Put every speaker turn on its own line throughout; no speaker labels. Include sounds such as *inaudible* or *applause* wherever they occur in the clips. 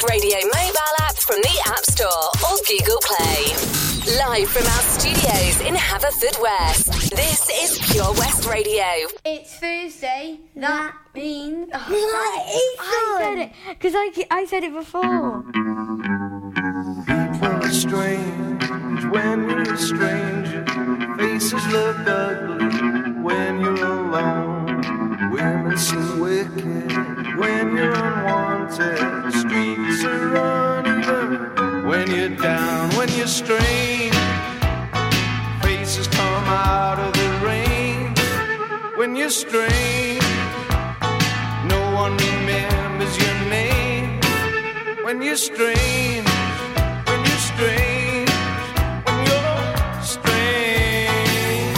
Breakfast Radio mobile app from the App Store or Google Play. Live from our studios in Haverford West, this is Pure West Radio.
It's Thursday. That means.
*laughs* I said it because I, ke- I said it before.
People are strange when you're a stranger. Faces look ugly when you're alone. Women seem wicked when you're unwanted. Streets are uneven when you're down, when you're strange. Faces come out of the rain when you're strange. No one remembers your name when you're strange. When you're strange. When you're strange.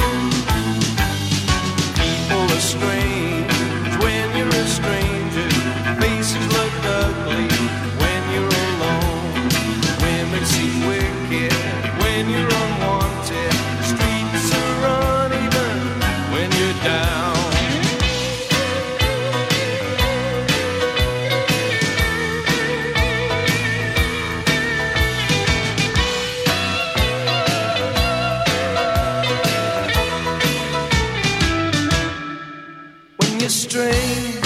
People are strange when you're a stranger. Faces look ugly when you're alone. Women seem wicked when you're unwanted. Streets are uneven when you're down. when you're strange.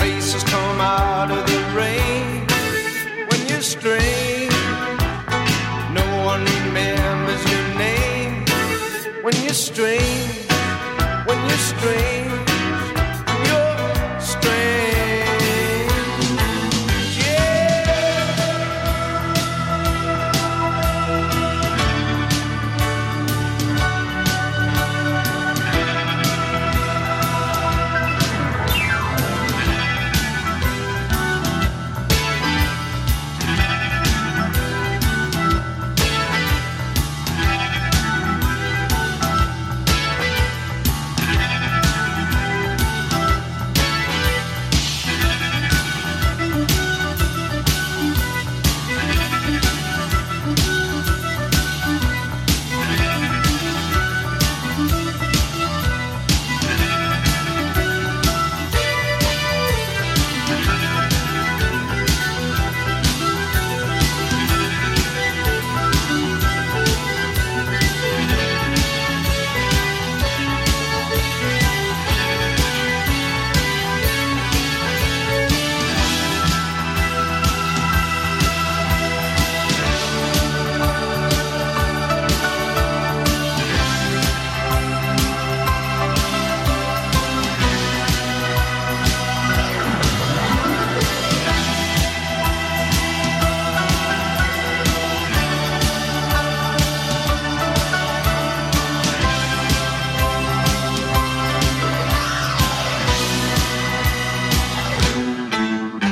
Faces come out of the rain when you're strange. No one remembers your name when you're strange. When you're strange. when you're strange. Yeah.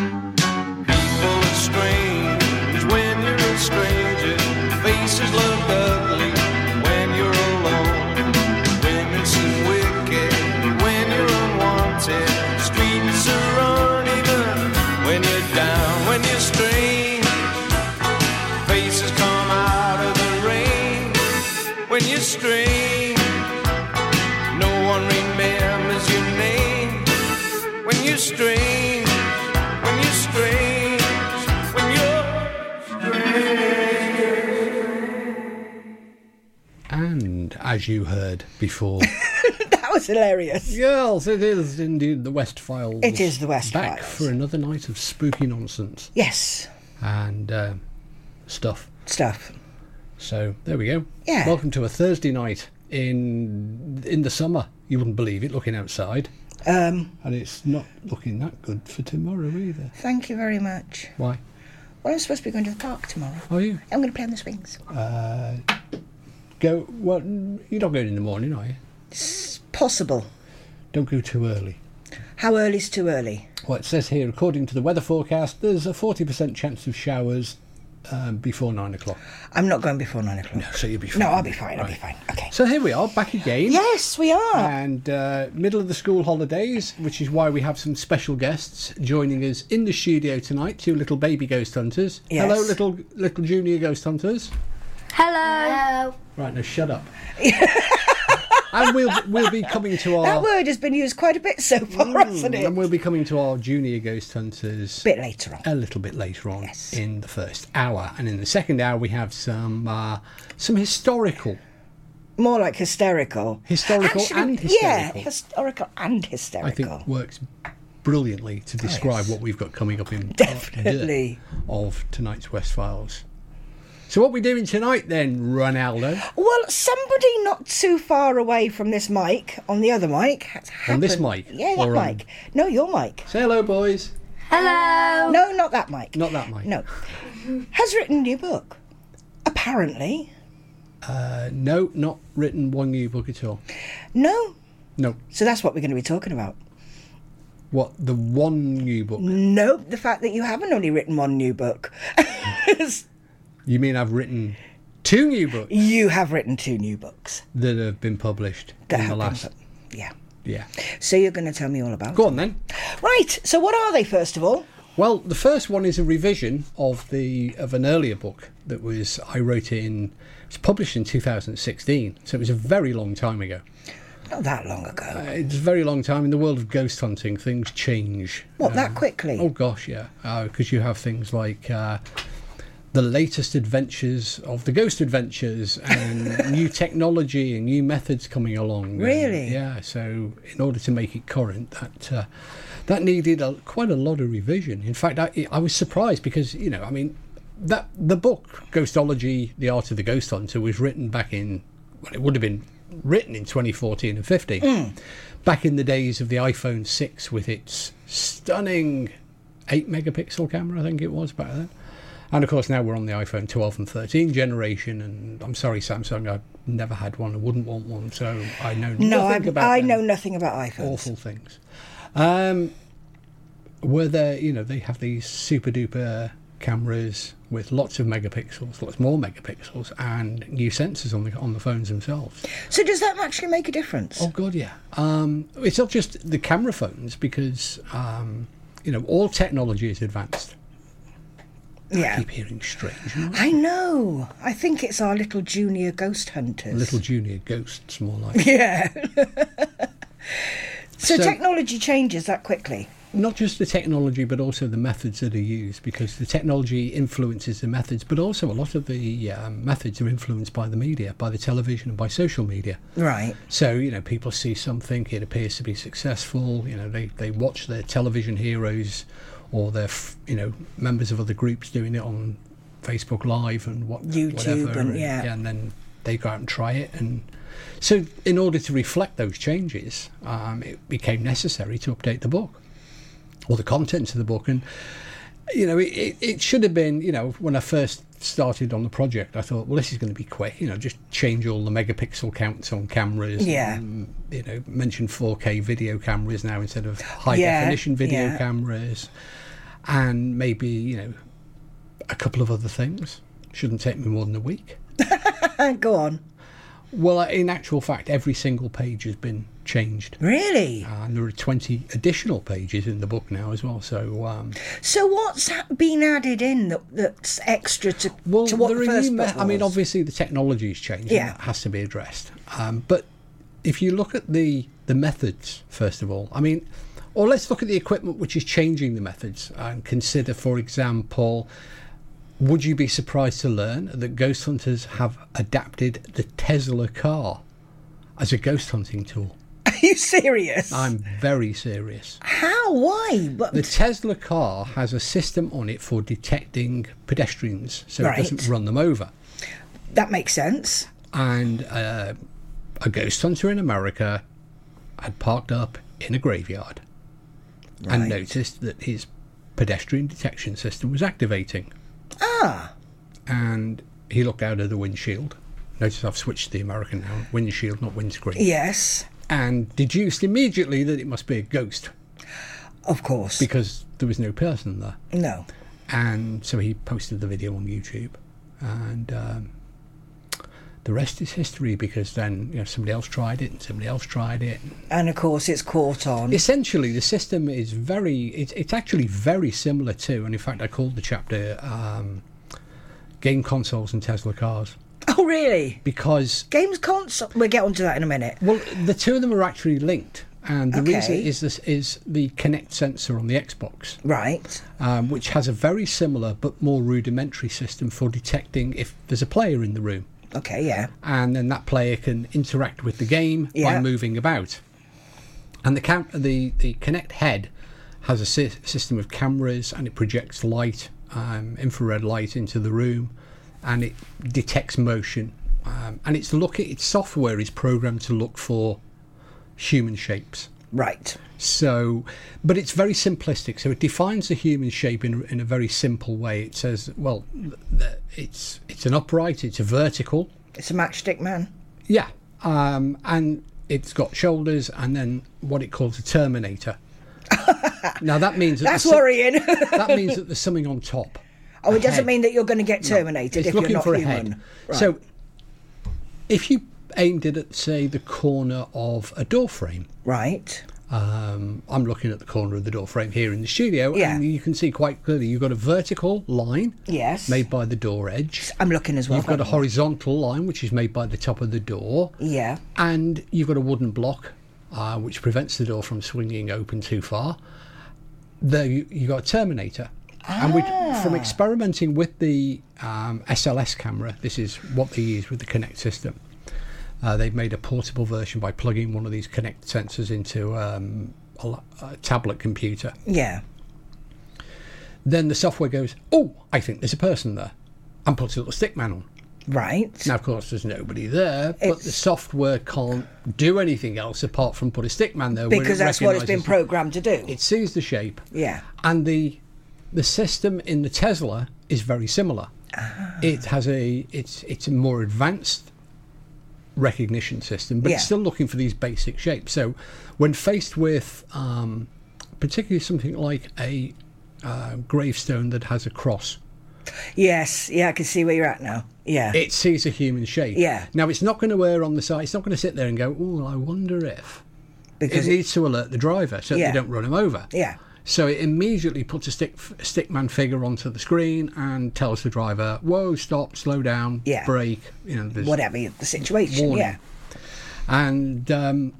People are strange when you're a stranger. Faces look ugly when you're alone. Women seem wicked when you're unwanted. Streets are uneven when you're down, when you're strange. Faces come out of the rain when you're strange. No one remembers your name when you're strange. When you're strange, when you're strange.
And as you heard before,
That was hilarious.
*laughs* yes, it is indeed the West Files.
It is the West
back
Files.
for another night of spooky nonsense
Yes,
and uh, stuff.
stuff.
So there we go.
Yeah.
Welcome to a Thursday night in in the summer. You wouldn't believe it looking outside,
Um,
and it's not looking that good for tomorrow either.
thank you very much.
Why?
Well, I'm supposed to be going to the park tomorrow.
Are you
I'm going to play on the swings.
go? Well, you're not going in the morning, are you?
Possible.
Don't go too early.
How early's too early?
Well, it says here, according to the weather forecast, there's a 40% chance of showers um, before nine o'clock.
I'm not going before nine o'clock.
So you'll be fine.
No, I'll be fine. I'll be
Right.
fine. Okay.
So here we are, back again.
Yes, we are.
And uh, middle of the school holidays, which is why we have some special guests joining us in the studio tonight. Two little baby ghost hunters.
Yes.
Hello, little little junior ghost hunters.
Hello.
Hello.
*laughs*
Right now, shut up. and we'll we'll be coming to our Hmm.
That word has been used quite a bit so far, hasn't it?
and we'll be coming to our junior ghost hunters
bit later on.
a little bit later on in the first hour, and in the second hour we have some uh, some historical
More like hysterical.
Historical
Actually,
and
Yeah,
hysterical.
historical and hysterical.
I think works brilliantly to describe what we've got coming up in part
Definitely.
of tonight's West Files. So what we doing tonight then, Ronaldo?
Well, somebody not too far away from this mic, on the other mic. Has
On this
happened-
mic,
Yeah, that
or um, on-
mic. No, your mic.
Say hello, boys.
Hello.
No, not that mic.
Oh. Not that mic.
No. Has written a new book. Apparently.
Uh, no, not written one new book at all.
No.
No,
So that's what we're going to be talking about.
what the one new book?
Nope, the fact that you haven't only written one new book. *laughs*
You mean I've written two new books
you have written two new books.
that have been published
That
in the
have been
last?
pub- Yeah.
Yeah.
So you're going to tell me all about
Go on then.
it. Right, so what are they, first of all?
Well, the first one is a revision of the of an earlier book that was I wrote in. It was published in 2016, so it was a very long time ago.
Not that long ago.
It's a very long time in the world of ghost hunting. Things change.
What, that
Um,
quickly?
Oh gosh, yeah, because you have things like. Uh, the latest adventures of the ghost adventures and new technology and new methods coming along. and-
Really?
yeah. So in order to make it current, that uh, that needed a, quite a lot of revision. In fact, I, I was surprised because you know, I mean, that the book Ghostology: The Art of the Ghost Hunter was written back in well, it would have been written in 2014 and 15, back in the days of the iPhone 6 with its stunning eight megapixel camera, I think it was back then. And of course, now we're on the iPhone 12 and 13 generation, and I'm sorry, Samsung, I've never had one and wouldn't want one, so I know
No,
nothing
I've-
about
I
them
know nothing about iPhones.
awful things. Um, were there, you know, they have these super duper cameras with lots of megapixels, lots more megapixels, and new sensors on the on the phones themselves.
So does that actually make a difference?
Oh god, yeah. Um, it's not just the camera phones because um, you know all technology is advanced.
yeah.
Keep hearing strange noises.
I know. I think it's our little junior ghost hunters.
little junior ghosts, more like.
Yeah. so,
So-
technology changes that quickly.
not just the technology but also the methods that are used because the technology influences the methods but also a lot of the um, methods are influenced by the media by the television and by social media
Right.
so you know people see something it appears to be successful you know they, they watch their television heroes or their f- you know members of other groups doing it on facebook live and what
YouTube
whatever,
and- yeah.
and then they go out and try it and so in order to reflect those changes um, it became necessary to update the book or the contents of the book. And you know, it, it, it should have been. You know, when I first started on the project, I thought, well, this is going to be quick. You know, just change all the megapixel counts on cameras.
Yeah.
And, you know, mention 4K video cameras now instead of high
Yeah,
definition video
yeah.
cameras, and maybe you know, a couple of other things. Shouldn't take me more than a week.
Uh, go on.
Well, in actual fact, every single page has been changed. Uh,
Really?
And there are 20 additional pages in the book now as well. So, um,
So what's ha- been added in that, that's extra to,
Well,
to what
there
the
are
first
new me-
book
I mean,
was?
obviously the technology's changed.
Yeah.
and that has to be addressed. Um, but if you look at the the methods first of all, I mean, or let's look at the equipment which is changing the methods and consider, for example. Would you be surprised to learn that ghost hunters have adapted the Tesla car as a ghost hunting tool?
*laughs* Are you serious?
I'm very serious.
How? Why? But
The Tesla car has a system on it for detecting pedestrians so
Right.
it doesn't run them over.
that makes sense.
and uh, a ghost hunter in America had parked up in a graveyard and noticed that his pedestrian detection system was activating.
Ah,
And he looked out of the windshield. Notice I've switched to the American now windshield, not windscreen.
yes,
And deduced immediately that it must be a ghost
of course.
because there was no person there.
no.
And so he posted the video on YouTube, and um, the rest is history because then you know somebody else tried it and somebody else tried it.
And of course, it's caught on.
Essentially, the system is very it's it's actually very similar to, and in fact, I called the chapter um, "Game Consoles and Tesla Cars."
Oh, really?
because
Games console. We'll get onto that in a minute.
Well, the two of them are actually linked, and the reason
Okay.
is this is the Kinect sensor on the Xbox,
Right.
um, which has a very similar but more rudimentary system for detecting if there's a player in the room,
Okay, yeah.
and then that player can interact with the game by
Yeah.
moving about. And the cam- the the Kinect head has a sy- system of cameras, and it projects light, um, infrared light, into the room, and it detects motion. Um, and it's look its software is programmed to look for human shapes.
Right.
So, but it's very simplistic. So it defines the human shape in, in a very simple way. It says, well, th- th- it's it's an upright, it's a vertical,
It's a matchstick man.
yeah, um, and it's got shoulders, and then what it calls a
*laughs*
terminator. now that means
That's
that there's some-
worrying. *laughs*
that means that there's something on top.
oh, it
head.
doesn't mean that you're going to get terminated *laughs*
It's
if
looking
you're not
for a
human.
head.
Right.
So, if you aimed it at say the corner of a door frame,
right.
um, I'm looking at the corner of the door frame here in the studio,
Yeah.
and you can see quite clearly you've got a vertical line
Yes.
made by the door edge.
I'm looking as well.
You've got a horizontal line which is made by the top of the door,
Yeah.
and you've got a wooden block uh, which prevents the door from swinging open too far. There you, you got a Terminator. And we, from experimenting with the um, SLS camera, this is what they use with the Kinect system. Uh, they've made a portable version by plugging one of these Kinect sensors into um, a, la- a tablet computer.
Yeah.
Then the software goes, "Oh, I think there's a person there," and puts a little stick man on.
Right.
Now, of course, there's nobody there, but the
It's-
software can't do anything else apart from put a stick man there. where
because
it
that's what it's been
recognises-
programmed to do.
It sees the shape.
Yeah.
And the the system in the Tesla is very similar.
Ah.
It has a it's it's a more advanced recognition system, but it's
Yeah.
still looking for these basic shapes. So when faced with um, particularly something like a uh, gravestone that has a cross,
Yes. Yeah, I can see where you're at now. Yeah.
it sees a human shape.
Yeah.
Now it's not going to err on the side. It's not going to sit there and go, "Oh, I wonder if." It
because it-
needs to alert the driver so that
Yeah.
they don't run him over.
yeah.
So it immediately puts a stick stickman figure onto the screen and tells the driver, "Whoa, stop, slow down,
Yeah.
brake." You know, there's-
Whatever the situation.
Warning.
Yeah.
And um,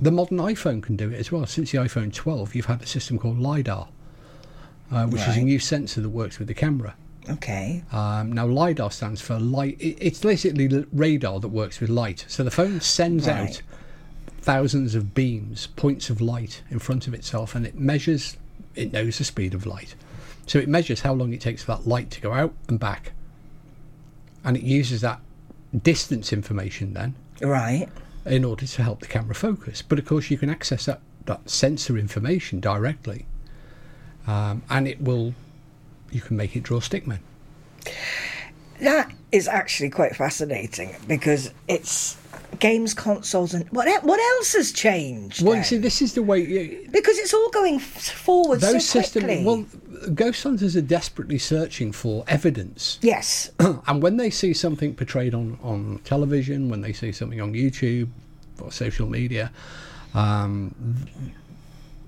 the modern iPhone can do it as well. Since the iPhone 12, you've had a system called lidar, uh, which is a
Right.
new sensor that works with the camera.
Okay.
Um, now, LiDAR stands for light. i- It's basically l- radar that works with light. So the phone sends out
Right.
thousands of beams, points of light in front of itself, and it measures, it knows the speed of light. So it measures how long it takes for that light to go out and back. And it uses that distance information then
Right.
in order to help the camera focus. But of course, you can access that, that sensor information directly, um, and it will, you can make it draw stickmen.
That is actually quite fascinating because it's games consoles and what e- what else has changed?
Well, you
then?
see, this is the way you,
because it's all going f- forward
those
so
systems.
quickly.
Well, ghost hunters are desperately searching for evidence,
yes, *laughs*
and when they see something portrayed on on television, when they see something on YouTube or social media, um,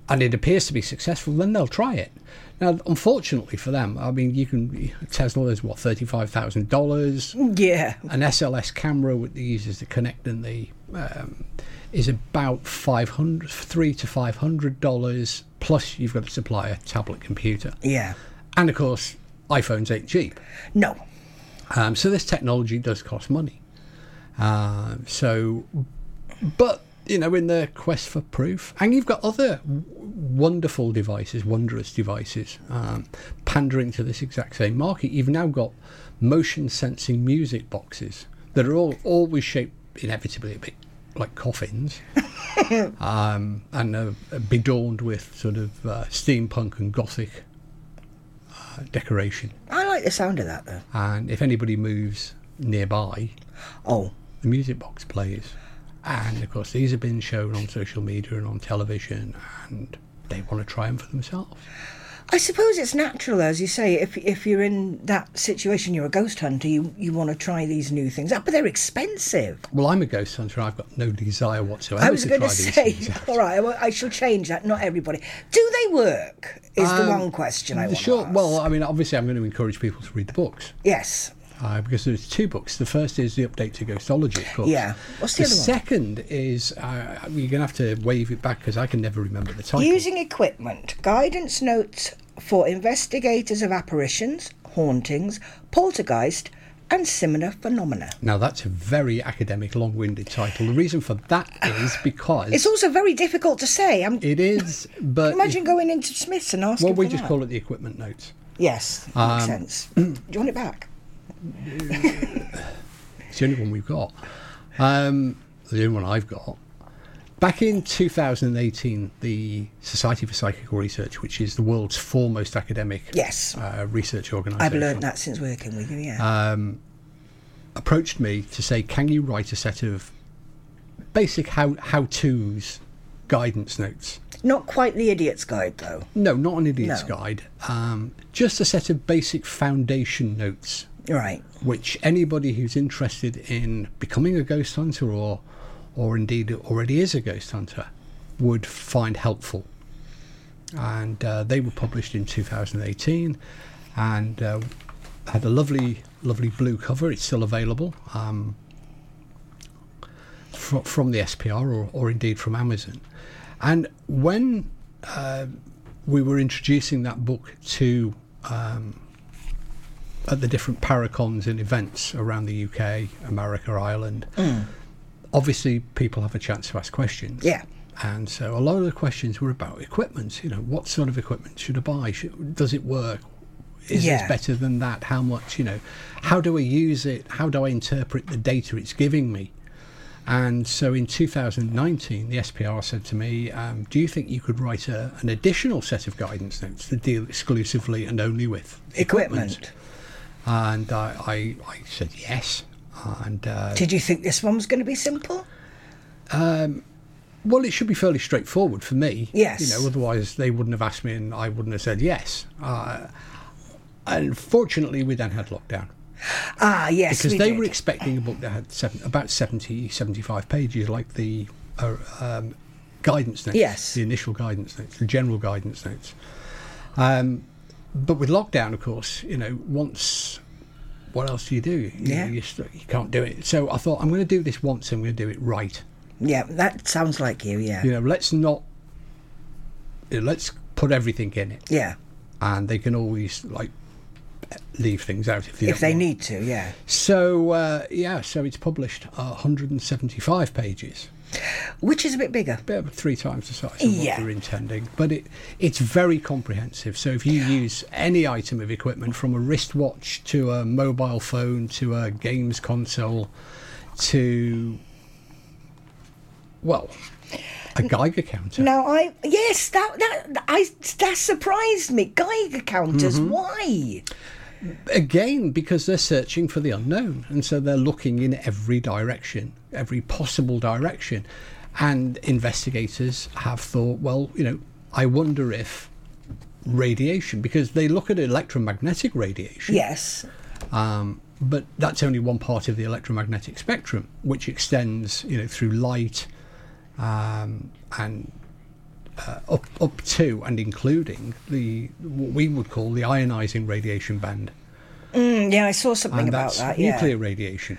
and it appears to be successful, then they'll try it. Now, unfortunately for them, I mean, you can Tesla is what thirty five thousand dollars.
yeah,
An SLS camera with the users to connect and the um, is about 500 three to five hundred dollars plus you've got to supply a tablet computer
yeah.
and of course iPhones ain't cheap
No,
um, so this technology does cost money um, so but you know in the quest for proof and you've got other w- wonderful devices wondrous devices um, pandering to this exact same market you've now got motion sensing music boxes that are all always shaped inevitably a bit like coffins um, and are bedorned with sort of uh, steampunk and gothic uh, decoration
I like the sound of that though.
and if anybody moves nearby,
Oh,
the music box plays. And of course, these have been shown on social media and on television, and they want to try them for themselves.
I suppose it's natural, as you say, if if you're in that situation, you're a ghost hunter, you you want to try these new things out, but they're expensive.
Well, I'm a ghost hunter, I've got no desire whatsoever
I was
to
going
try
to
these
say,
things out.
all right, well, I shall change that. Not everybody. Do they work? Is the
Um,
one question I want
Sure.
to ask.
uh, Well, I mean, obviously, I'm going to encourage people to read the books.
yes,
uh, because there's two books. The first is the update to Ghostology, of course.
Yeah. What's the other one?
second is uh, you're gonna have to wave it back because I can never remember the title.
Using equipment, guidance notes for investigators of apparitions, hauntings, poltergeist, and similar phenomena.
Now that's a very academic, long-winded title. The reason for that is because
It's also very difficult to say. I'm,
it is, but
imagine going into Smith's and asking.
well, we
for
just
that.
call it the equipment notes.
Yes, makes
Um,
sense. *clears throat* Do you want it back?
It's the only one we've got. Um, the only one I've got. Back in 2018, the Society for Psychical Research, which is the world's foremost academic
Yes.
uh, research
I've
organisation,
learnt that since working with you. Yeah.
approached me to say, "Can you write a set of basic how how tos, guidance notes?"
Not quite the idiot's guide though.
No, not an idiot's
No.
guide. Um, just a set of basic foundation notes
Right.
which anybody who's interested in becoming a ghost hunter or or indeed already is a ghost hunter would find helpful and uh, they were published in 2018 and uh, had a lovely lovely blue cover it's still available um, fro- from the SPR or, or indeed from Amazon and when uh, we were introducing that book to um, at the different paracons and events around the UK, America, Ireland, obviously people have a chance to ask questions.
Yeah.
And so a lot of the questions were about equipment. You know, what sort of equipment should I buy? Should, does it work? Is
Yeah.
this better than that? How much? You know, how do I use it? How do I interpret the data it's giving me? And so in 2019, the SPR said to me, um, Do you think you could write a, an additional set of guidance notes to deal exclusively and only with
Equipment.
and I, I, I said yes. And uh,
Did you think this one was going to be simple?
well, it should be fairly straightforward for me.
Yes.
You know, otherwise they wouldn't have asked me, and I wouldn't have said yes. Uh, and fortunately, we then had lockdown
Ah, yes.
because
we
they
did.
were expecting a book that had seven, about 70, 75 pages, like the uh, um, guidance notes.
Yes.
The initial guidance notes, the general guidance notes. Um, but with lockdown, of course, you know, once what else do you do? You,
Yeah.
You, st- you can't do it. So I thought, I'm going to do this once and I'm going to do it right.
yeah, that sounds like you. Yeah.
You
Yeah.
know, let's not, you know, let's put everything in it. And they can always, like, leave things out if they,
If
don't
they
want.
need to, yeah.
So, uh, yeah, so it's published uh, 175 pages,
Which is a bit bigger.
bit of three times the size of
Yeah.
what we are intending. But it, it's very comprehensive. So, if you use any item of equipment from a wristwatch to a mobile phone to a games console to, well, a Geiger counter.
Now I yes that that I that surprised me. Geiger counters.
Mm-hmm.
Why?
Again, because they're searching for the unknown. And so they're looking in every direction, every possible direction. And investigators have thought, well, you know, I wonder if radiation, because they look at electromagnetic radiation,
Yes.
um, but that's only one part of the electromagnetic spectrum, which extends, you know, through light um, and uh, up, up to and including the what we would call the ionizing radiation band
Mm, yeah, I saw something
and
about
that's
that. Yeah.
nuclear radiation,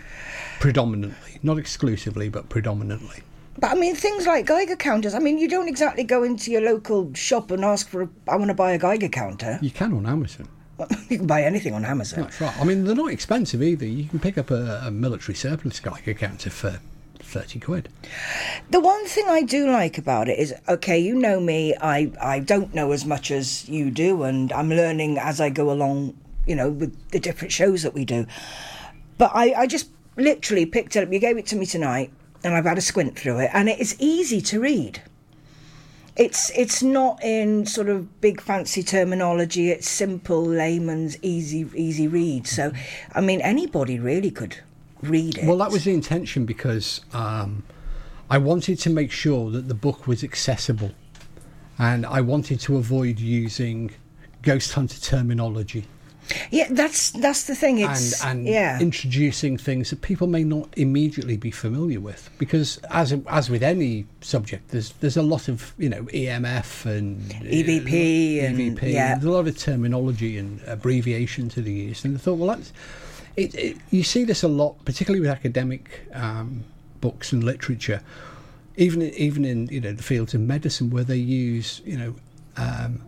predominantly, not exclusively, but predominantly.
But I mean, things like Geiger counters. I mean, you don't exactly go into your local shop and ask for. A, I want to buy a Geiger counter. *laughs*
You can on Amazon.
you can buy anything on Amazon.
That's right. I mean, they're not expensive either. You can pick up a, a military surplus Geiger counter for thirty quid.
The one thing I do like about it is, okay, you know me. I I don't know as much as you do, and I'm learning as I go along. You know, with the different shows that we do. But I, I just literally picked it up. You gave it to me tonight, and I've had a squint through it, and it is easy to read. It's it's not in sort of big fancy terminology. It's simple layman's easy easy read. So, I mean, anybody really could read it.
Well, that was the intention because um, I wanted to make sure that the book was accessible, and I wanted to avoid using ghost hunter terminology
yeah. That's that's the thing.
and
It's
and
yeah.
introducing things that people may not immediately be familiar with because as as with any subject there's there's a lot of you know EMF and uh, E
EVP E and-
EVP
yeah.
there's a lot of terminology and abbreviations that are used and I thought well that's it, it, you see this a lot, particularly with academic um, books and literature, even even in you know the fields of medicine where they use you know um,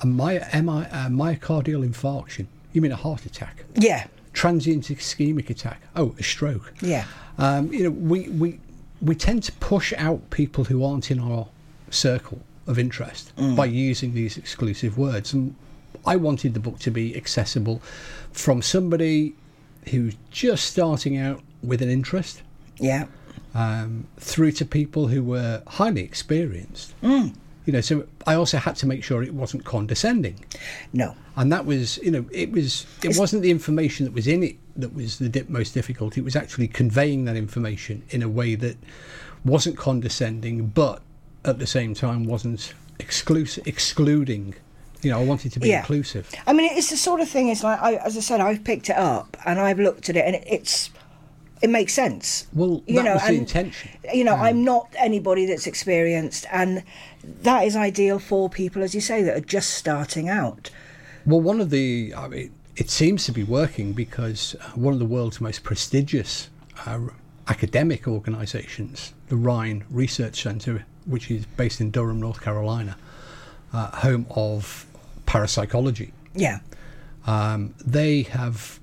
a, my, MI, a myocardial infarction. You mean a heart attack?
Yeah.
Transient ischemic attack. Oh, a stroke.
Yeah.
Um, you know, we, we we tend to push out people who aren't in our circle of interest by using these exclusive words. And I wanted the book to be accessible from somebody who's just starting out with an interest
Yeah.
um, through to people who were highly experienced. You know, so I also had to make sure it wasn't condescending,
No.
and that was, you know, it was, it wasn't the information that was in it that was the di- most difficult. It was actually conveying that information in a way that wasn't condescending, but at the same time wasn't exclus- excluding. You know, I wanted to be
Yeah.
inclusive.
I mean, it's the sort of thing. It's like, I, as I said, I've picked it up and I've looked at it, and it, it's it makes sense.
Well, that was the Mm. intention.
You know, I'm not anybody that's experienced, and that is ideal for people, as you say, that are just starting out.
Well, one of the, I mean, it seems to be working because uh, one of the world's most prestigious uh, academic organisations, the Rhine Research Centre, which is based in Durham, North Carolina, uh, home of parapsychology,
Yeah.
um, they have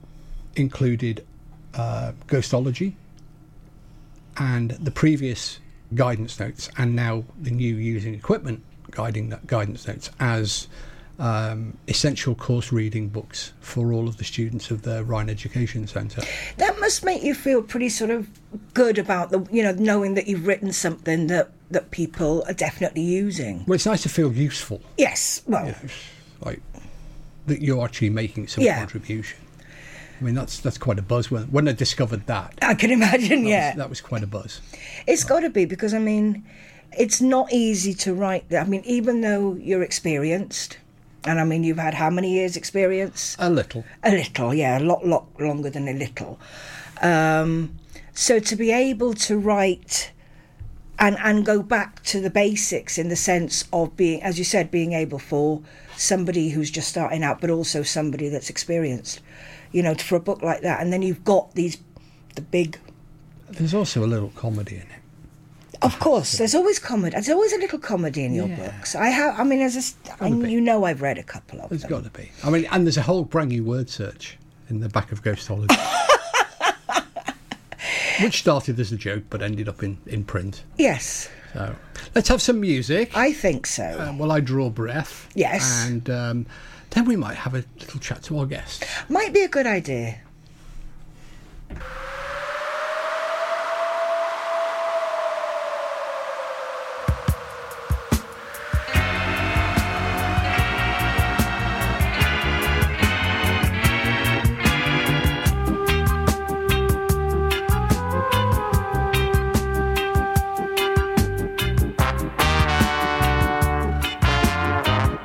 included uh, ghostology and the previous guidance notes, and now the new using equipment guiding that guidance notes as um, essential course reading books for all of the students of the Rhine Education Centre.
That must make you feel pretty sort of good about the, you know, knowing that you've written something that that people are definitely using.
Well, it's nice to feel useful,
Yes. Well,
like that you're actually making some
Yeah.
contribution. I mean, that's that's quite a buzz. When, when I discovered that, that
I can imagine.
was-
yeah.
that was quite a buzz.
It's got to be because I mean, it's not easy to write. that. I mean, even though you're experienced, and I mean, you've had how many years' experience?
A little.
A little, yeah, a lot, lot longer than a little. Um, so to be able to write. And, and go back to the basics in the sense of being, as you said, being able for somebody who's just starting out, but also somebody that's experienced, you know, for a book like that. And then you've got these, the big
There's also a little comedy in it.
Of course, there's always comedy. There's always a little comedy in your books. I have. I mean, as a, st- I,
be.
you know, I've read a couple of
There's
them.
got to be. I mean, and there's a whole brand new word search in the back
*laughs*
of Ghostology. Which started as a joke but ended up in, in print.
Yes,
So let's have some music
I think so.
um, while I draw breath.
Yes.
And um, then we might have a little chat to our guest.
Might be a good idea.
Thank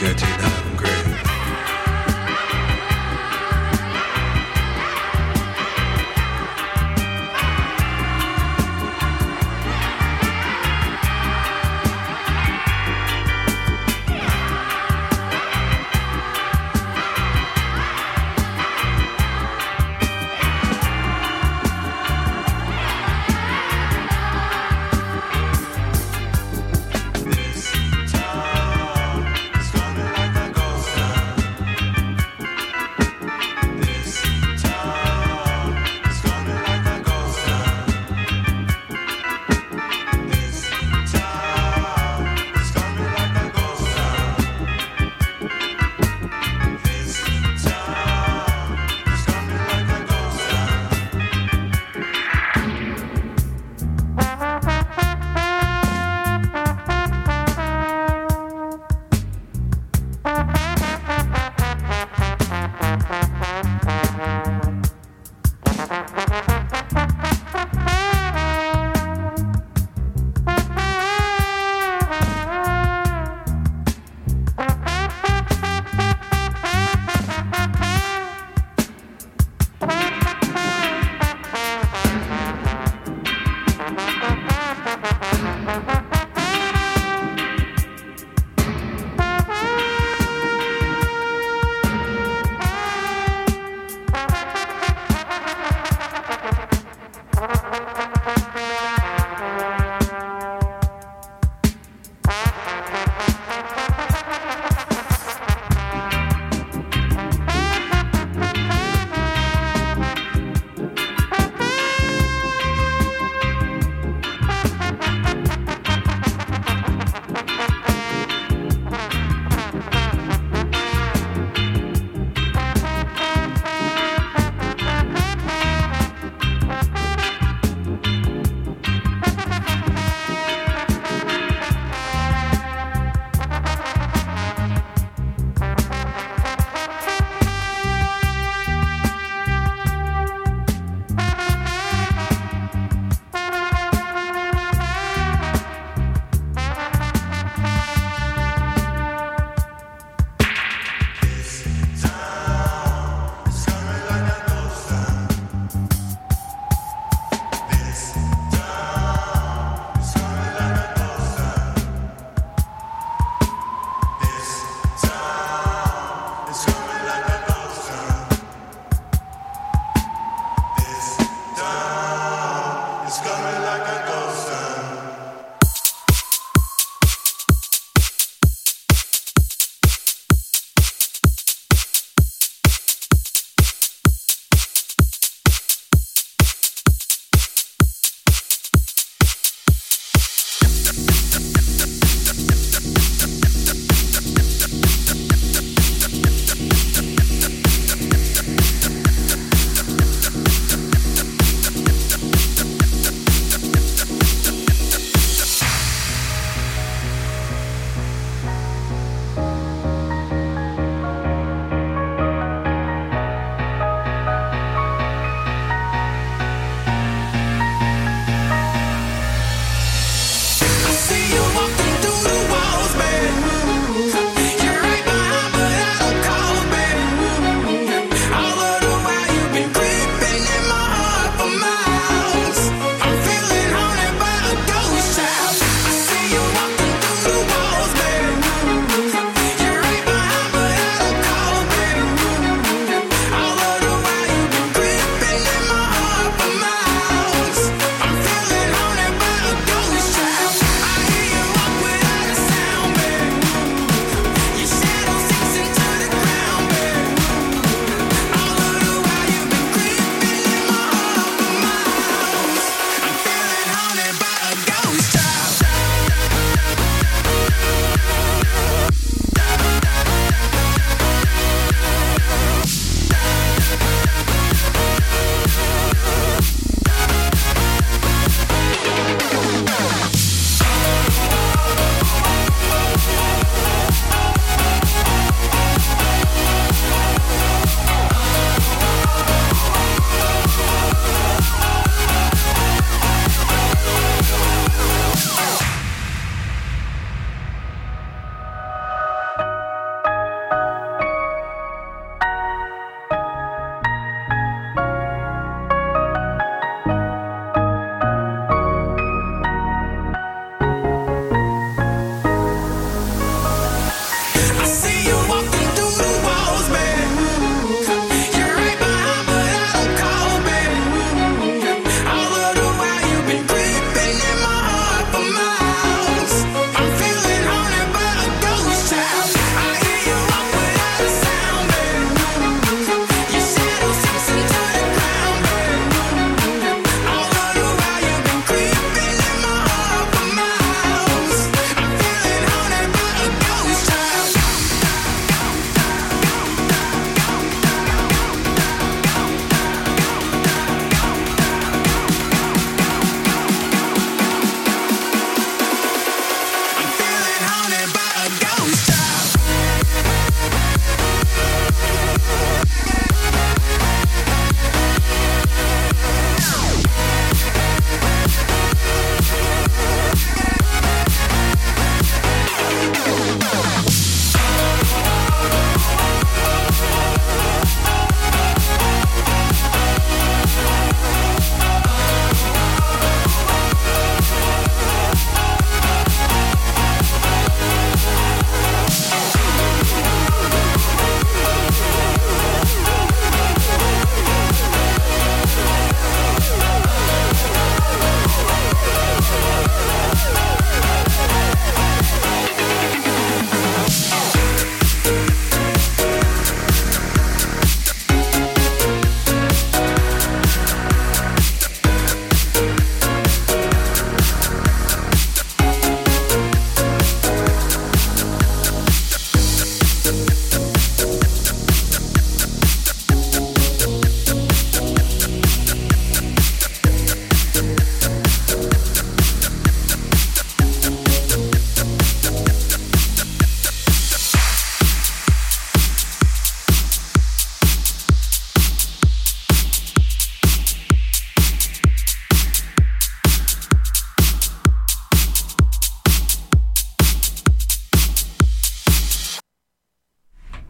dirty and grey.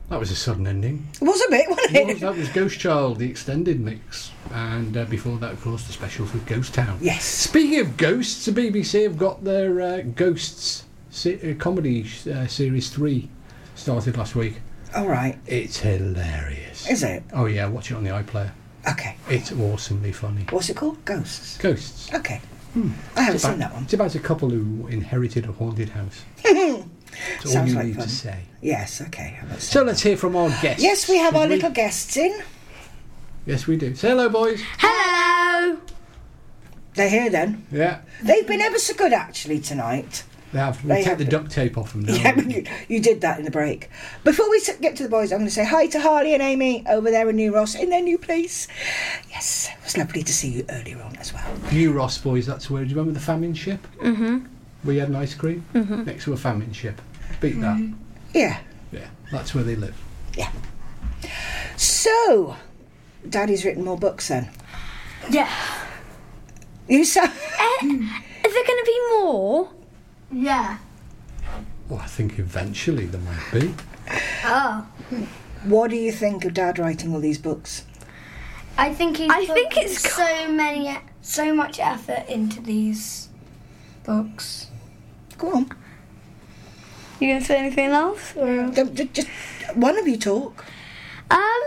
That was a sudden ending.
It was a bit, wasn't
What was-
it?
that was Ghost Child, the extended mix, and uh, before that, of course, the specials with Ghost Town.
Yes.
Speaking of ghosts, the BBC have got their uh, Ghosts se- uh, comedy uh, series three started last week.
All right.
It's hilarious.
Is it?
Oh yeah, watch it on the iPlayer.
Okay.
It's awesomely funny.
What's it called? Ghosts.
Ghosts.
Okay.
Hmm.
I haven't seen that one.
It's about a couple who inherited a
*laughs*
haunted house. That's all
Sounds
you
like
need
fun.
to say.
Yes. Okay. I haven't seen
So
that.
let's hear from our guests.
Yes, we have
shall
our little guests in.
Yes, we do. Say hello, boys.
Hello.
They're here then.
Yeah,
They've been ever so good actually tonight.
they have. We'll
They
take
have
the
been.
duct tape off them
*laughs*
now.
Yeah, you, you did that in the break. Before we s- get to the boys, I'm going to say hi to Harley and Amy over there in New Ross in their new place. Yes, it was lovely to see you earlier on as well.
New Ross boys, that's where. Do you remember the famine ship? Mm-hmm. We had an ice cream next to a famine ship. Beat that.
Mm-hmm. Yeah,
Yeah, that's where they live.
yeah. So, Daddy's written more books then.
Yeah.
You sound.
Is there going to be more?
Yeah.
Well, I think eventually there might be.
Oh.
*laughs* What do you think of Dad writing all these books?
I think he's
I
put
think it's
so many, so much effort into these books.
Go on.
You going to say anything else? Or?
Don't- ju- Just one of you talk.
Um,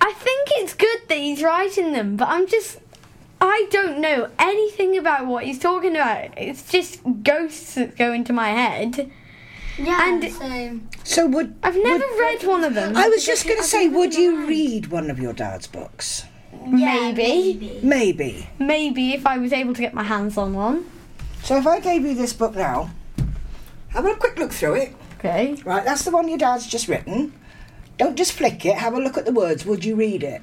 I think it's good that he's writing them, but I'm just. I don't know anything about what he's talking about. It's just ghosts that go into my head.
Yeah.
And-
so
So, would.
I've never read one of them.
I was just going to say, would you read one of your dad's books?
maybe.
Maybe.
Maybe if I was able to get my hands on one.
So if I gave you this book now, have a quick look through it.
Okay.
Right, that's the one your dad's just written. Don't just flick it, have a look at the words. Would you read it?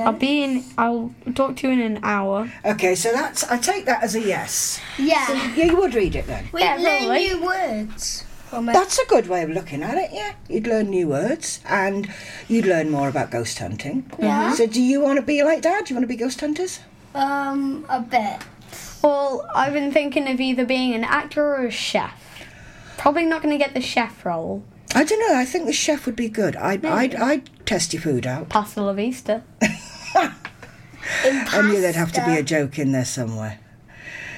I'll be in. I'll talk to you in an hour.
Okay, so that's I take that as a yes.
yeah,
Yeah, you would read it then.
we
Yeah,
learn
probably.
new words.
That's a good way of looking at it, yeah. You'd learn new words and you'd learn more about ghost hunting.
Yeah.
So do you want to be like dad? Do you want to be ghost hunters?
Um, a bit.
Well, I've been thinking of either being an actor or a chef. Probably not going to get the chef role.
I don't know. I think the chef would be good. I'd, I'd, I'd test your food out.
Pasta la vista.
I knew there'd have to be a joke in there somewhere.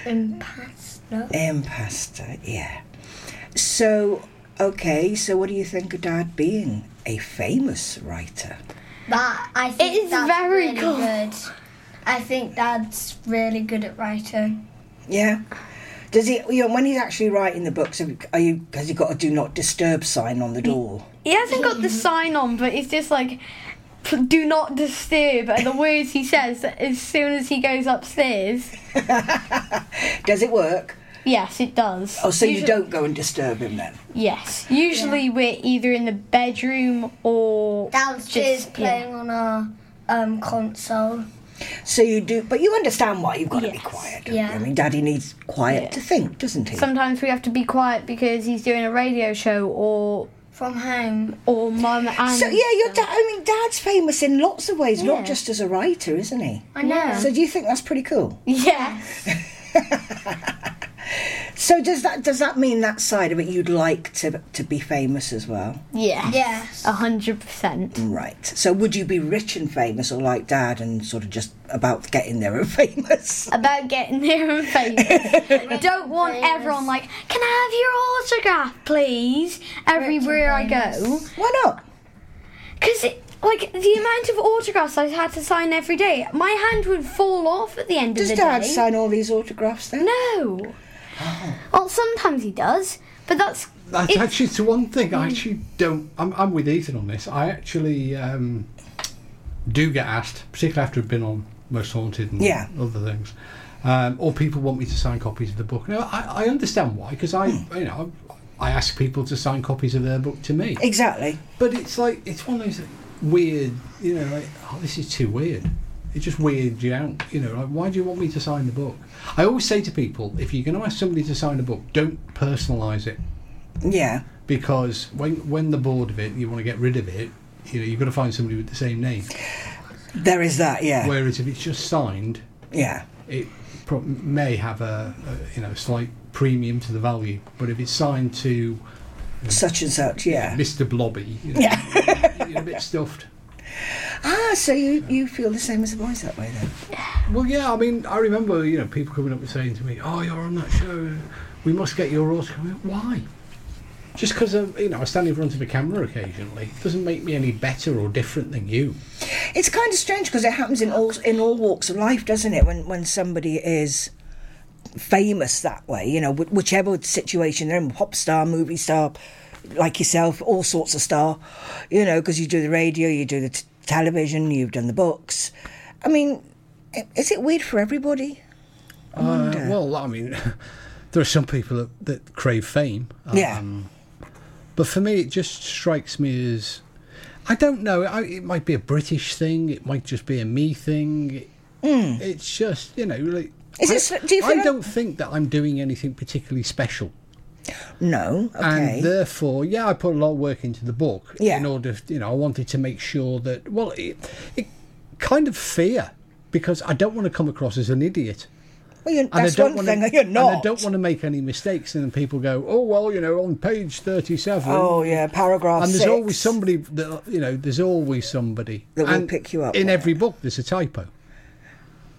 Impasta.
Impasta, yeah. So, okay, so what do you think of Dad being a famous writer?
That I think
It is
that's
very
really
cool.
good. I think Dad's really good at writing.
Yeah. Does he, you know, when he's actually writing the books, have- are you, has he got a do not disturb sign on the door?
He hasn't got the sign on, but he's just like, "P- do not disturb. And the words he says as soon as he goes upstairs.
Does it work?
Yes, it does.
Oh, so you
Usually-
don't go and disturb him then?
Yes. Usually we're either in the bedroom or.
Downstairs
Just- yeah.
playing on our um console.
So you do, but you understand why you've got to be
Yes,
quiet. Don't you?
yeah.
I mean, Daddy needs quiet to think, doesn't he?
Sometimes we have to be quiet because he's doing a radio show or.
From home.
Or mum and.
so yeah, your dad. I mean, Dad's famous in lots of ways,
Yeah. Um,
not just as a writer, isn't he?
I know.
*laughs*
So do you think that's pretty cool?
Yeah.
So does that does that mean that side of it you'd like to to be famous as well?
Yes.
Yes.
A hundred percent.
Right. So would you be rich and famous or like dad and sort of just about getting there and *laughs* famous?
About getting there and famous. don't want everyone like, can I have your autograph, please? Everywhere I go.
Why not?
Because, like, the amount of autographs I had to sign every day, my hand would fall off at the end
Does
of the
dad
day.
sign all these autographs then?
No. Well, sometimes he does, but that's.
That's
it's-
actually it's one thing I actually don't. I'm, I'm with Ethan on this. I actually um, do get asked, particularly after I've been on Most Haunted and
Yeah.
other things, um, or people want me to sign copies of the book. Now I, I understand why because I you know I ask people to sign copies of their book to me,
Exactly.
but it's like it's one of those weird. You know, like, oh, this is too weird. It just weirds you out. You know, like why do you want me to sign the book? I always say to people, if you're going to ask somebody to sign a book, don't personalise it
Yeah.
because when when they're bored of it, you want to get rid of it. You know, you've got to find somebody with the same name.
There is that, yeah.
Whereas if it's just signed,
yeah.
it pro- may have a, a you know slight premium to the value. But if it's signed to
such and such, yeah.
Mr. Blobby, you know, you're a bit stuffed.
*laughs* Ah, so you, you feel the same as the boys that way then?
Well, yeah, I mean, I remember, you know, people coming up and saying to me, "Oh, you're on that show. We must get your autograph." I went, Why? Just because you know I stand in front of a camera occasionally doesn't make me any better or different than you.
It's kind of strange because it happens in all in all walks of life, doesn't it? When when somebody is famous that way, you know, wh- whichever situation they're in, pop star, movie star, like yourself, all sorts of star, you know, because you do the radio, you do the t- television, you've done the books. I mean, i- is it weird for everybody?
Uh, well, I mean, *laughs* there are some people that, that crave fame. uh,
Yeah.
But for me, it just strikes me as I don't know. I, it might be a British thing. It might just be a me thing. It's just you know. Like,
Hmm. Is
I,
it s- do you
I
feel-
don't think that I'm doing anything particularly special,
No. Okay.
and therefore, yeah, I put a lot of work into the book.
Yeah.
In order, you know, I wanted to make sure that well, it, it kind of fear because I don't want to come across as an idiot.
well, you
And
that's
I
one
don't want
thing.
to,
You're not.
And I don't want to make any mistakes, and then people go, "Oh well, you know, on page thirty-seven.
Oh yeah, paragraph.
And there's
six.
always somebody that you know. There's always somebody
That will
And
pick you up
In
on
every book, there's a typo.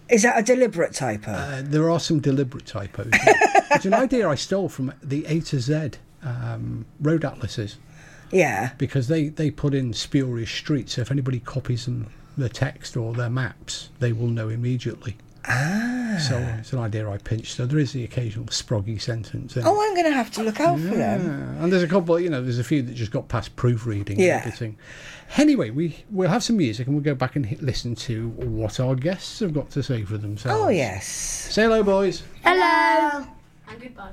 Is that a deliberate typo?
Uh, there are some
*laughs*
deliberate typos. it's an idea I stole from the A to Z um, road atlases
yeah.
because they they put in spurious streets. So if anybody copies them, the text or their maps, they will know immediately. Ah. So it's an idea I pinched. So there is the occasional sproggy sentence. in it.
Oh, I'm going to have to look out for them.
Yeah, and there's a couple, you know, there's a few that just got past proofreading
Yeah.
and everything. Anyway, we, we'll have some music and we'll go back and hit, listen to what our guests have got to say for themselves.
Oh yes.
Say hello, boys.
Hello.
And goodbye.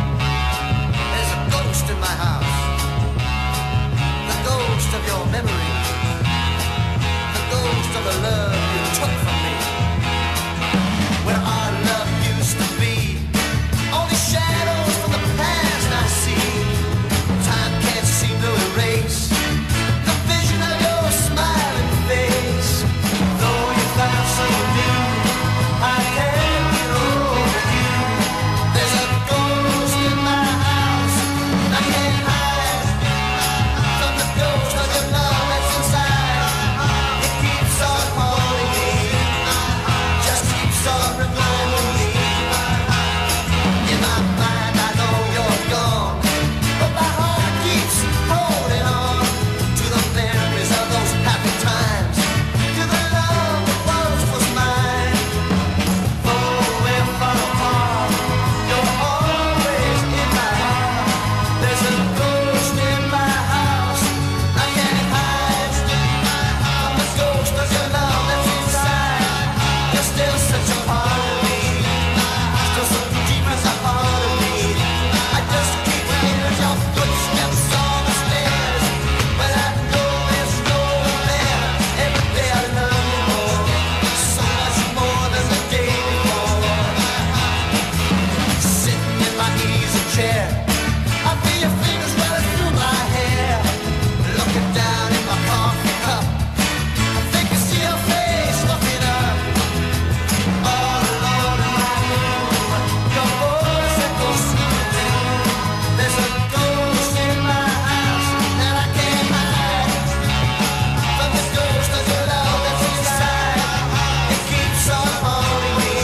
There's a ghost in my house. The ghost of your memory. The ghost of the love you took from me. When our love used to be. Only shadows from the past I see. Time can't seem to erase. the vision of your smiling face. Though you found something new, I can't get over you. There's a ghost in my house. I can't hide from the ghost of your love that's inside. It keeps on haunting me. Just keeps on reminding me. In my mind, I know you're gone, but my heart keeps holding on to the memories of those happy times, to the love that once was mine. Oh, we're far apart. You're always in my heart. There's a ghost in my house. I can't hide. I'm the ghost of your love that's inside. You're still such a part of me. Still so deep as a part of me. I just keep hearing your footsteps on the stairs, but I know there's no one there. Every day I love you more, so much more than the day before sitting in my easy chair. I feel your fingers running through my hair. Looking down in my coffee cup. I think I see your face looking up. All alone in my room. Your voice echoes through the room. There's a ghost in my house that I can't hide. From the ghost of your love that's inside. It keeps on haunting me.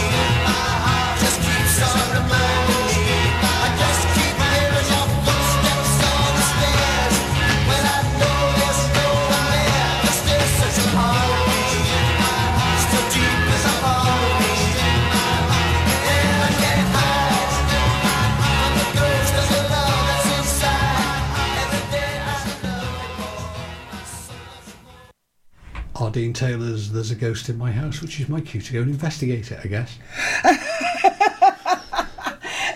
Just keeps on reminding me. I just keep hearing your footsteps on the stairs. When I know there's no one there, there's still such a part of me. Still deep as a part of me. And I can't hide from the ghost of the love that's inside. Every day I love you more. So much more.
Ardeen Taylor's There's a Ghost in My House, which is my cue to go and investigate it,
*laughs*
I guess.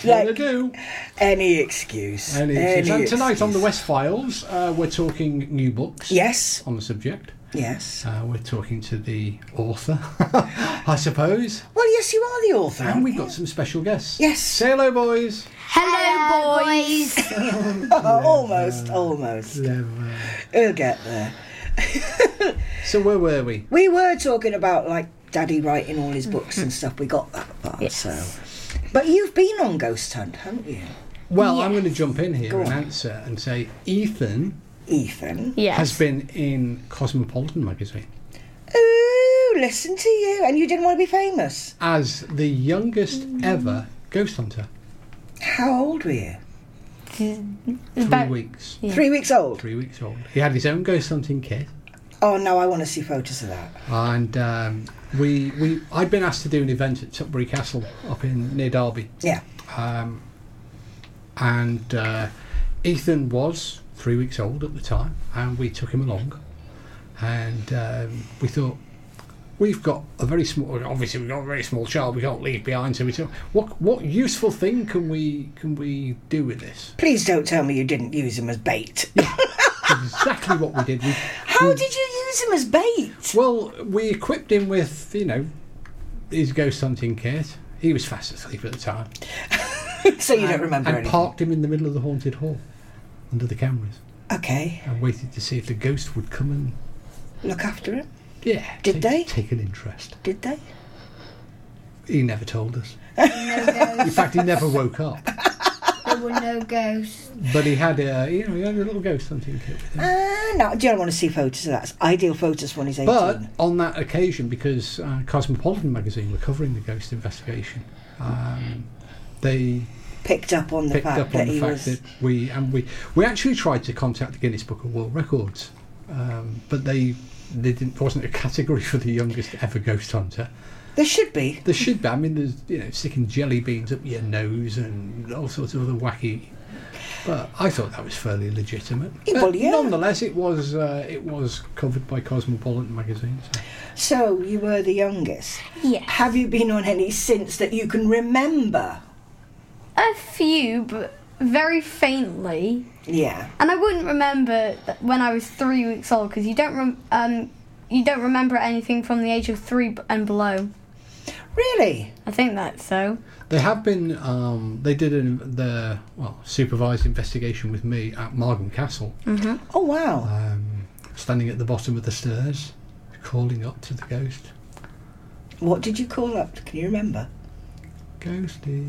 What to
Like-
do.
Any excuse.
Any excuse. and tonight on the
excuse.
West Files, uh, we're talking new books
Yes.
on the subject.
Yes.
Uh, we're talking to the author, *laughs* I suppose.
Well, yes, you are the author. *laughs*
And we've got some special guests.
Yes.
Say hello, boys.
Hello, boys.
Oh, almost, almost. We'll get there.
So where were we?
We were talking about like Daddy writing all his books and stuff. We got that part. So But you've been on Ghost Hunt, haven't you,
Well,
Yes.
I'm going to jump in here
Go
and
on.
answer and say Ethan
Ethan?
Yes.
has been in Cosmopolitan magazine
Ooh, listen to you. And you didn't want to be famous.
as the youngest
Mm.
ever ghost hunter.
How old were you?
Three
about-
weeks.
Yeah.
Three weeks old.
Three weeks old. He had his own ghost hunting kit,
Oh, no, I want to see photos of that.
and um, we we I'd been asked to do an event at Tutbury Castle up in near Derby,
Yeah.
um, and uh, Ethan was three weeks old at the time, and we took him along, and um, we thought we've got a very small. Obviously, we've got a very small child. We can't leave behind. So we thought, what what useful thing can we can we do with this?
Please don't tell me you didn't use him as bait.
exactly what we did. We, Hmm.
How did you use him as bait? *laughs*
well, we equipped him with you know his ghost hunting kit. He was fast asleep at the time,
So you don't remember
and
anything.
parked him in the middle of the haunted hall under the cameras.
Okay.
and waited to see if the ghost would come and
Look after him.
yeah
Did
take,
they?
take an interest
Did they?
he never told us
No
in
ghosts.
fact he never woke up
there were no ghosts.
but he had a you know he had a little ghost hunting kit with him
Ah, no, do you not want to see photos of that? It's ideal photos when he's 18.
but on that occasion because uh, Cosmopolitan magazine were covering the ghost investigation um, they
Picked up on the
picked
fact
up
that
on
he
the fact
was.
that we and we we actually tried to contact the Guinness Book of World Records um, but they there didn't, wasn't a category *laughs* for the youngest ever ghost hunter
There should be.
There should be. I mean, there's you know sticking jelly beans up your nose and all sorts of other wacky. But I thought that was fairly legitimate.
Yeah, well, yeah.
Nonetheless, it was uh, it was covered by Cosmopolitan magazine. so-
So you were the youngest.
Yeah.
Have you been on any since that you can remember?
A few, but very faintly.
Yeah.
And I wouldn't remember that when I was three weeks old because you don't rem- um you don't remember anything from the age of three b- and below.
Really?
I think that's so.
They have been. Um, they did an, the well supervised investigation with me at Margham Castle,
Oh, wow.
um, standing at the bottom of the stairs, calling up to the ghost.
What did you call up? Can you remember?
Ghosty,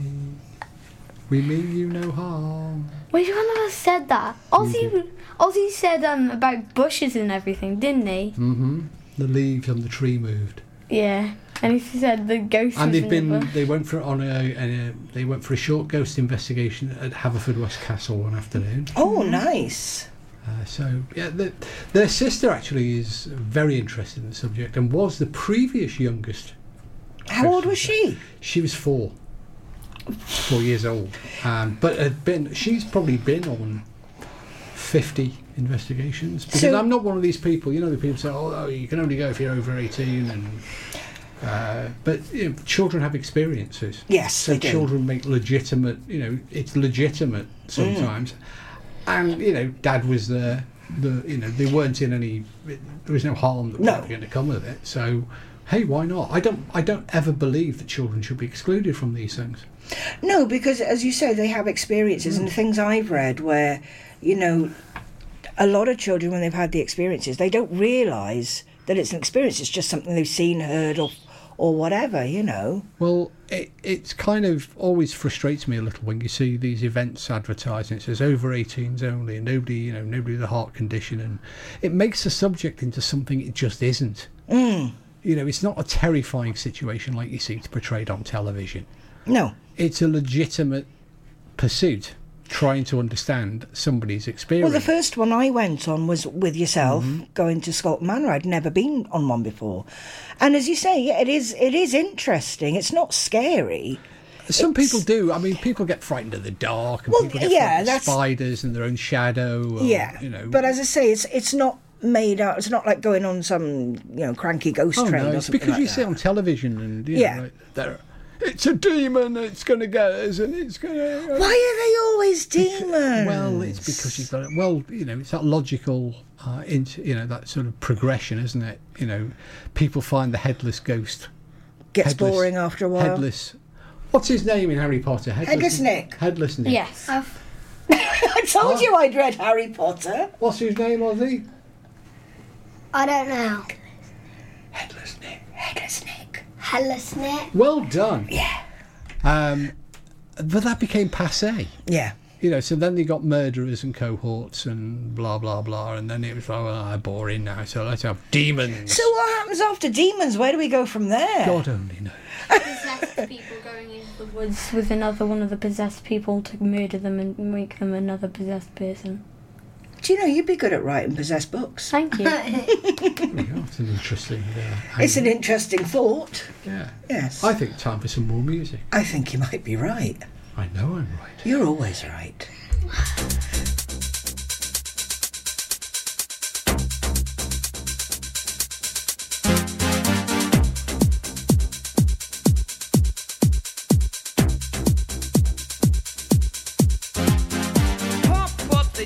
we mean you no harm.
Which one of us said that? Ozzy,
Mm-hmm.
Ozzy said um about bushes and everything, didn't he?
hmm The leaves on the tree moved.
Yeah. And he said the ghost.
And
was
they've
in the
been
bush.
they went for on a, a they went for a short ghost investigation at Haverfordwest Castle one afternoon.
Oh, nice.
Uh, so yeah, the, their sister actually is very interested in the subject and was the previous youngest.
How old was she?
She was four, four years old, um, but had been she's probably been on. 50 investigations because
So-
I'm not one of these people you know the people say oh, oh, you can only go if you're over 18 and uh, but you know, children have experiences
Yes,
so
they do.
children make legitimate you know it's legitimate
Mm.
sometimes and you know dad was there the you know they weren't in any there was no harm that was
No.
ever going to come of it so hey why not i don't i don't ever believe that children should be excluded from these things
No, because as you say, they have experiences
Mm.
and things I've read where, you know, a lot of children when they've had the experiences, they don't realise that it's an experience. It's just something they've seen, heard, or or whatever. You know.
Well, it, it's kind of always frustrates me a little when you see these events advertising. It says over 18s only, and nobody, you know, nobody with a heart condition, and it makes the subject into something it just isn't. You know, it's not a terrifying situation like you see portrayed on television.
No.
It's a legitimate pursuit, trying to understand somebody's experience.
Well, the first one I went on was with yourself,
Mm-hmm.
going to Scotland Manor. I'd never been on one before, and as you say, yeah, it is it is interesting. It's not scary.
Some people do. I mean, people get frightened of the dark, and
Well,
people get
yeah,
frightened of
that's-
spiders and their own shadow. Or,
yeah,
you know.
But as I say, it's it's not made out. It's not like going on some you know cranky ghost
Oh,
train
no,
or
it's
something
because
like
you
that.
see on television and you
Yeah.
know, like, they're, it's a demon. It's going to get us, and it's going to.
Why are they always demons?
Well, it's because you've got it. Well, you know, it's that logical, uh, into, you know, that sort of progression, isn't it? You know, people find the headless ghost.
gets
headless-
boring after a while.
Headless. What's his name in Harry Potter?
Headless Nick.
Headless Nick.
Yes.
I've,
I told you I'd read Harry Potter.
What's his name, Ozzy?
I don't know.
Headless Nick. Headless Nick.
Hella snake.
Well done. Yeah. Um, but that became passe.
Yeah.
You know, so then they got murderers and cohorts and blah blah blah, and then it was like, oh, boring now. So let's have demons.
So what happens after demons? Where do we go from there?
God only knows.
Possessed people going into the woods with another one of the possessed people to murder them and make them another possessed person.
Do you know you'd be good at writing possessed books?
Thank you. *laughs*
There you go. It's an interesting. Uh,
It's an
angle.
interesting thought.
yeah.
Yes.
I think time for some more music.
I think you might be right.
I know I'm right.
You're always right.
Pump up the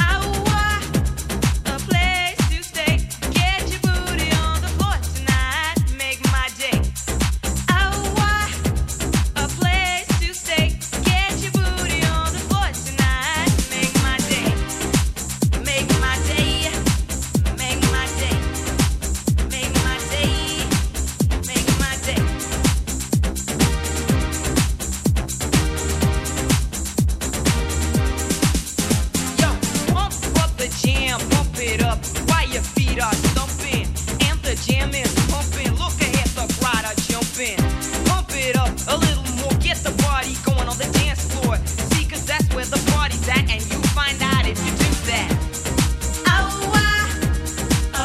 I want a place to stay. Get your booty on the floor tonight, make my day. I want a place to stay. Get your booty on the floor tonight. Make my day. Make my day. Make my day. Make my day. Make my day. Oh, Oh,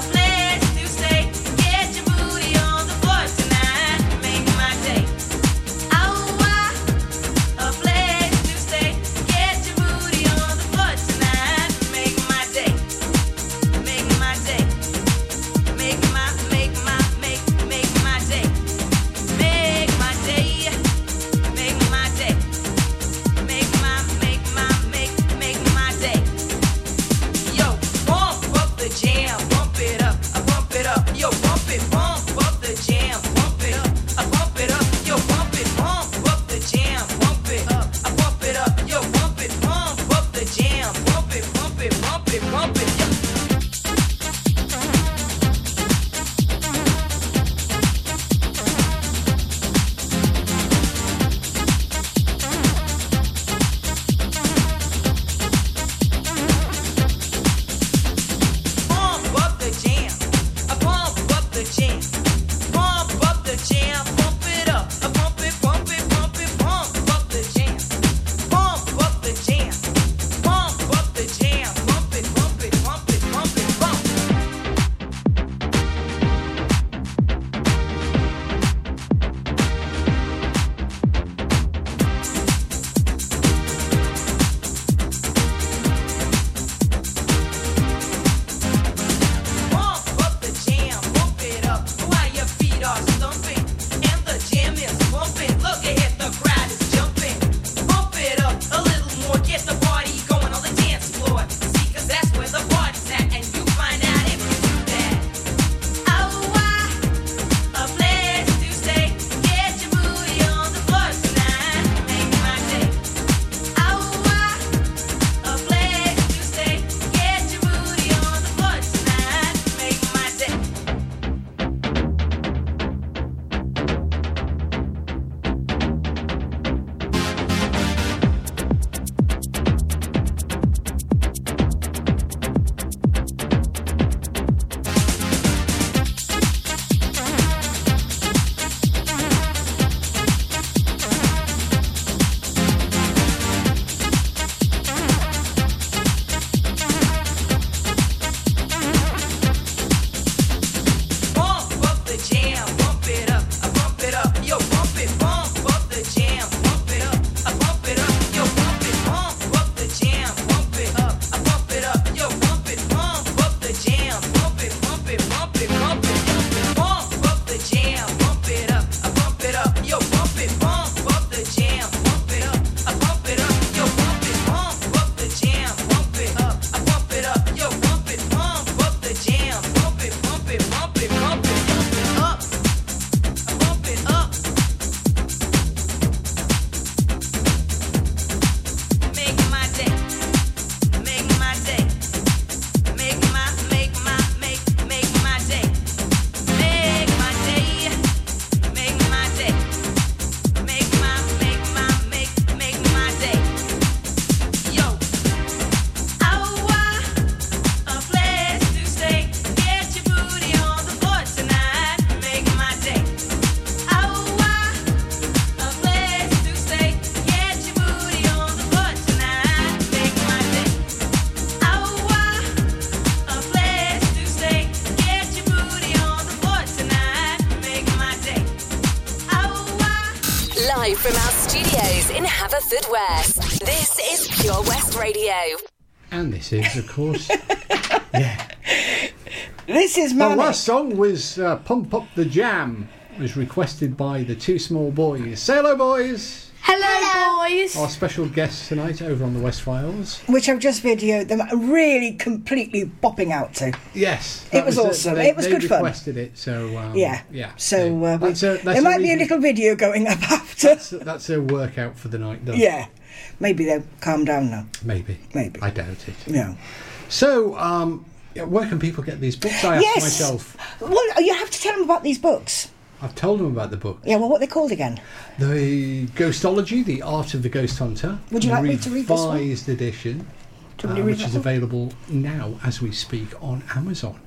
Oh, uh, uh, uh, uh,
From our studios in Haverford West, this is Pure West Radio.
And this is,
*laughs*
of course, yeah.
This is
Our
manic.
last song was uh, "Pump Up the Jam." It was requested by the two small boys. Say hello, boys.
Hello, boys.
Our special guests tonight over on the West Files.
which I've just videoed them really completely bopping out to.
Yes, that
was awesome.
They,
It was
they
good fun.
requested it, so um,
Yeah.
yeah.
So uh,
that's a, that's
there might be a
reason-
little video going up *laughs* after.
That's, that's a workout for the night, done.
Yeah. Maybe they'll calm down now.
maybe,
Maybe.
I doubt it.
No.
So, um, yeah, where can people get these books? I asked
yes.
myself.
Well, you have to tell them about these books.
I've told them about the book,
Yeah. Well, what they're called again?
the Ghostology, the Art of the Ghost Hunter.
Would you like me to read this one?
Revised edition,
Do you want me to
uh,
read
which
that
is
one?
available now as we speak on Amazon.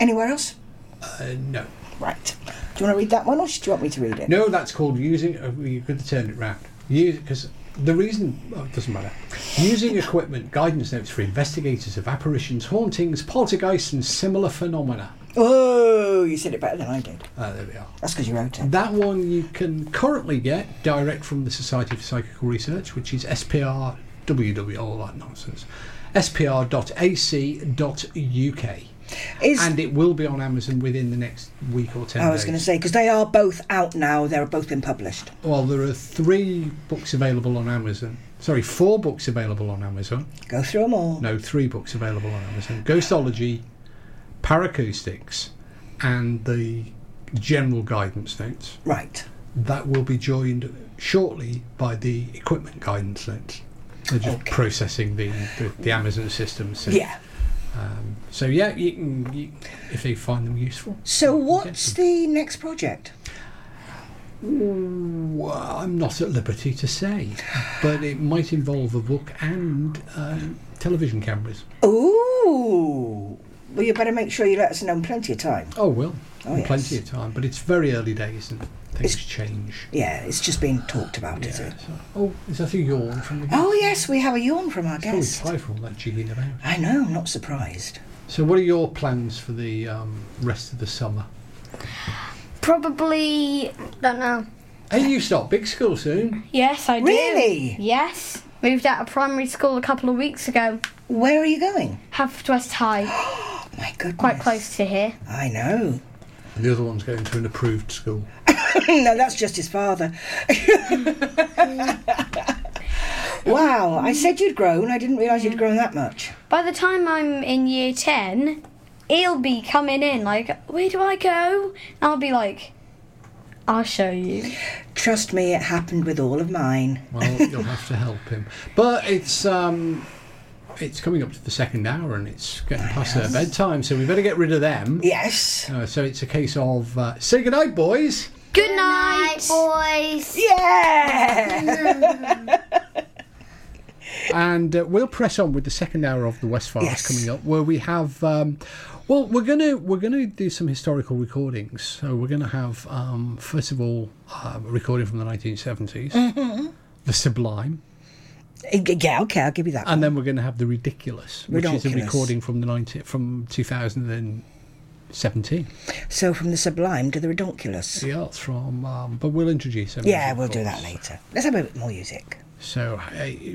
Anywhere else?
Uh, no,
Right. Do you want to read that one, or do you want me to read it?
no, that's called using. Uh, you could have turned it round. Because the reason oh, it doesn't matter. Using equipment guidance notes for investigators of apparitions, hauntings, poltergeists, and similar phenomena.
Oh, you said it better than I did.
Uh, there we are.
That's because you wrote it.
That one you can currently get direct from the Society for Psychical Research, which is SPR WW, all that nonsense. SPR.ac.uk.
Is
And it will be on Amazon within the next week or 10
I was
days.
going to say because they are both out now. They're both been published.
Well, there are three books available on Amazon. Sorry, four books available on Amazon.
Go through them all.
No, three books available on Amazon Ghostology, Paracoustics, and the General Guidance Notes.
Right.
that will be joined shortly by the equipment guidance links. They're just processing the, the, the Amazon system. So,
Yeah.
So yeah, you can you, if they find them useful.
So what's the next project?
Well, I'm not at liberty to say, but it might involve a book and uh, television cameras.
Ooh. Well, you better make sure you let us know in plenty of time.
Oh well,
Oh,
and
yes.
plenty of time. But it's very early days and things change.
Yeah, it's just being talked about, is it?
So- oh, is that a yawn from the
Oh yes, we have a yawn from our
Probably
guest.
tired from all that jigging about.
I know. I'm not surprised.
So, what are your plans for the um, rest of the summer?
Probably don't know.
Hey, you start big school soon.
Yes, I do.
Really?
Yes. Moved out of primary school a couple of weeks ago.
Where are you going?
Haverford West High,
My goodness.
quite close to here.
I know. *laughs*
And the other one's going to an approved school.
no, that's just his father. *laughs* wow, I said you'd grown. I didn't realise you'd grown that much.
By the time I'm in year 10, he'll be coming in like, where do I go? And I'll be like, I'll show you.
Trust me, it happened with all of mine.
Well, you'll have to help him. But it's um, it's coming up to the second hour, and it's getting past their bedtime, so we better get rid of them.
Yes.
Uh, so it's a case of uh, say goodnight, boys.
Good night.
boys.
Yeah.
and uh, we'll press on with the second hour of the West Files
Yes.
coming up, where we have. Um, well, we're gonna we're gonna do some historical recordings. So we're gonna have um, first of all uh, a recording from the 1970s, the Sublime,
yeah. Okay, I'll give you that.
and then we're gonna have the Ridiculous, which is a
Ridiculous.
recording from the 90, from 2017.
so from the sublime to the redonkulous.
Yeah, it's from. Um, but we'll introduce them.
Yeah,
of
we'll do
course.
that later. Let's have a bit more music.
So, hey,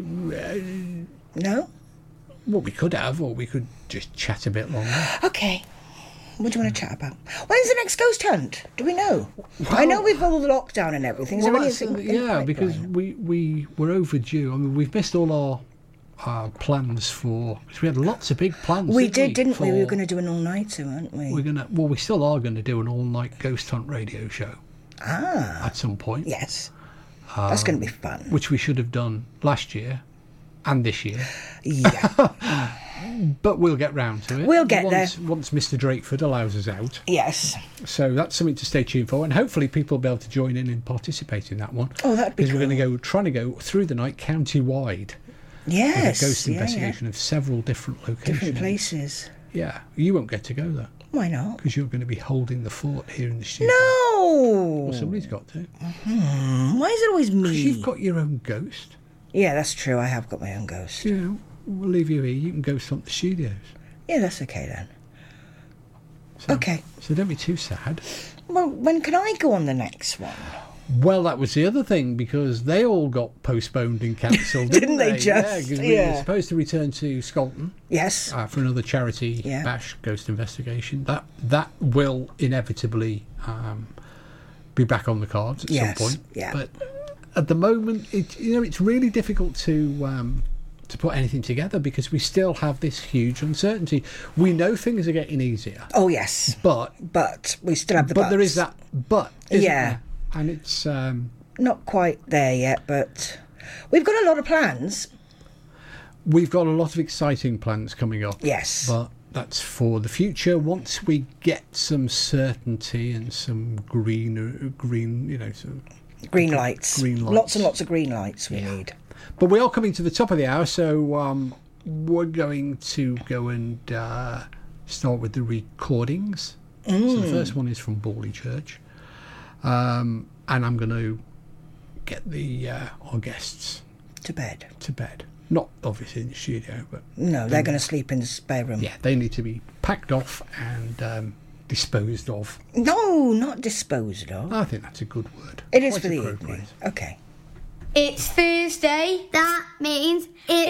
No?
what we could have, or we could just chat a bit longer.
Okay. What do you want to chat about? When's the next ghost hunt? Do we know? I know we've all the lockdown and everything. Is there
Well, that's-
anything in the
yeah, because
pipeline?
we we were overdue. I mean, we've missed all our our plans for because we had lots of big plans.
we
didn't
did, didn't we? We were
for-
going to do an all-nighter, weren't we?
We're gonna. Well, we still are going to do an all-night ghost hunt radio show
ah,
at some point,
yes.
Ah.
That's going to be fun.
which we should have done last year and this year. *laughs*
Yeah.
But we'll get round to it.
We'll get
once, once Mr. Drakeford allows us out.
yes.
So that's something to stay tuned for, and hopefully people will be able to join in and participate in that one.
Oh, that'd be
because we're going to go trying to go through the night county wide.
Yes.
with a ghost
yeah, yeah.
investigation of several different locations.
Different places.
Yeah, you won't get to go though
Why not?
because you're going to be holding the fort here in the studio.
No.
somebody's got to.
Oh.
'Cause
Why is it always me?
You've got your own ghost.
yeah, that's true. I have got my own ghost.
You know, we'll leave you here. You can ghost hunt the studios.
Yeah, that's okay then.
So,
Okay.
So don't be too sad.
Well, when can I go on the next one?
Well, that was the other thing because they all got postponed and cancelled,
*laughs* Didn't they just?
Yeah, 'cause we were
Yeah.
supposed to return to Scotland
Yes.
uh, for another charity
Yeah.
bash ghost investigation. That that will inevitably um, be back on the cards at
Yes,
some point.
yeah.
But uh, at the moment, it you know it's really difficult to. Um, to put anything together because we still have this huge uncertainty. We know things are getting easier,
Oh, yes.
but
But we still have the
but there is
buts.
that but isn't
Yeah.
there? and it's um,
Not quite there yet, but we've got a lot of plans.
we've got a lot of exciting plans coming up.
Yes.
But that's for the future. Once we get some certainty and some green, green, you know. Some,
Green lights.
Green lights.
Lots and lots of green lights we need.
but we are coming to the top of the hour, so um, we're going to go and uh, start with the recordings. So the first one is from Bawley Church, um, and I'm going to get the uh, our guests
To bed.
to bed. Not obviously in the studio, but
No, they're going to sleep in the spare room.
Mm. yeah, they need to be packed off and um, disposed of.
No, not disposed of.
I think that's a good word.
it is
Quite
for the
appropriate.
evening. Okay.
It's Thursday.
That means it's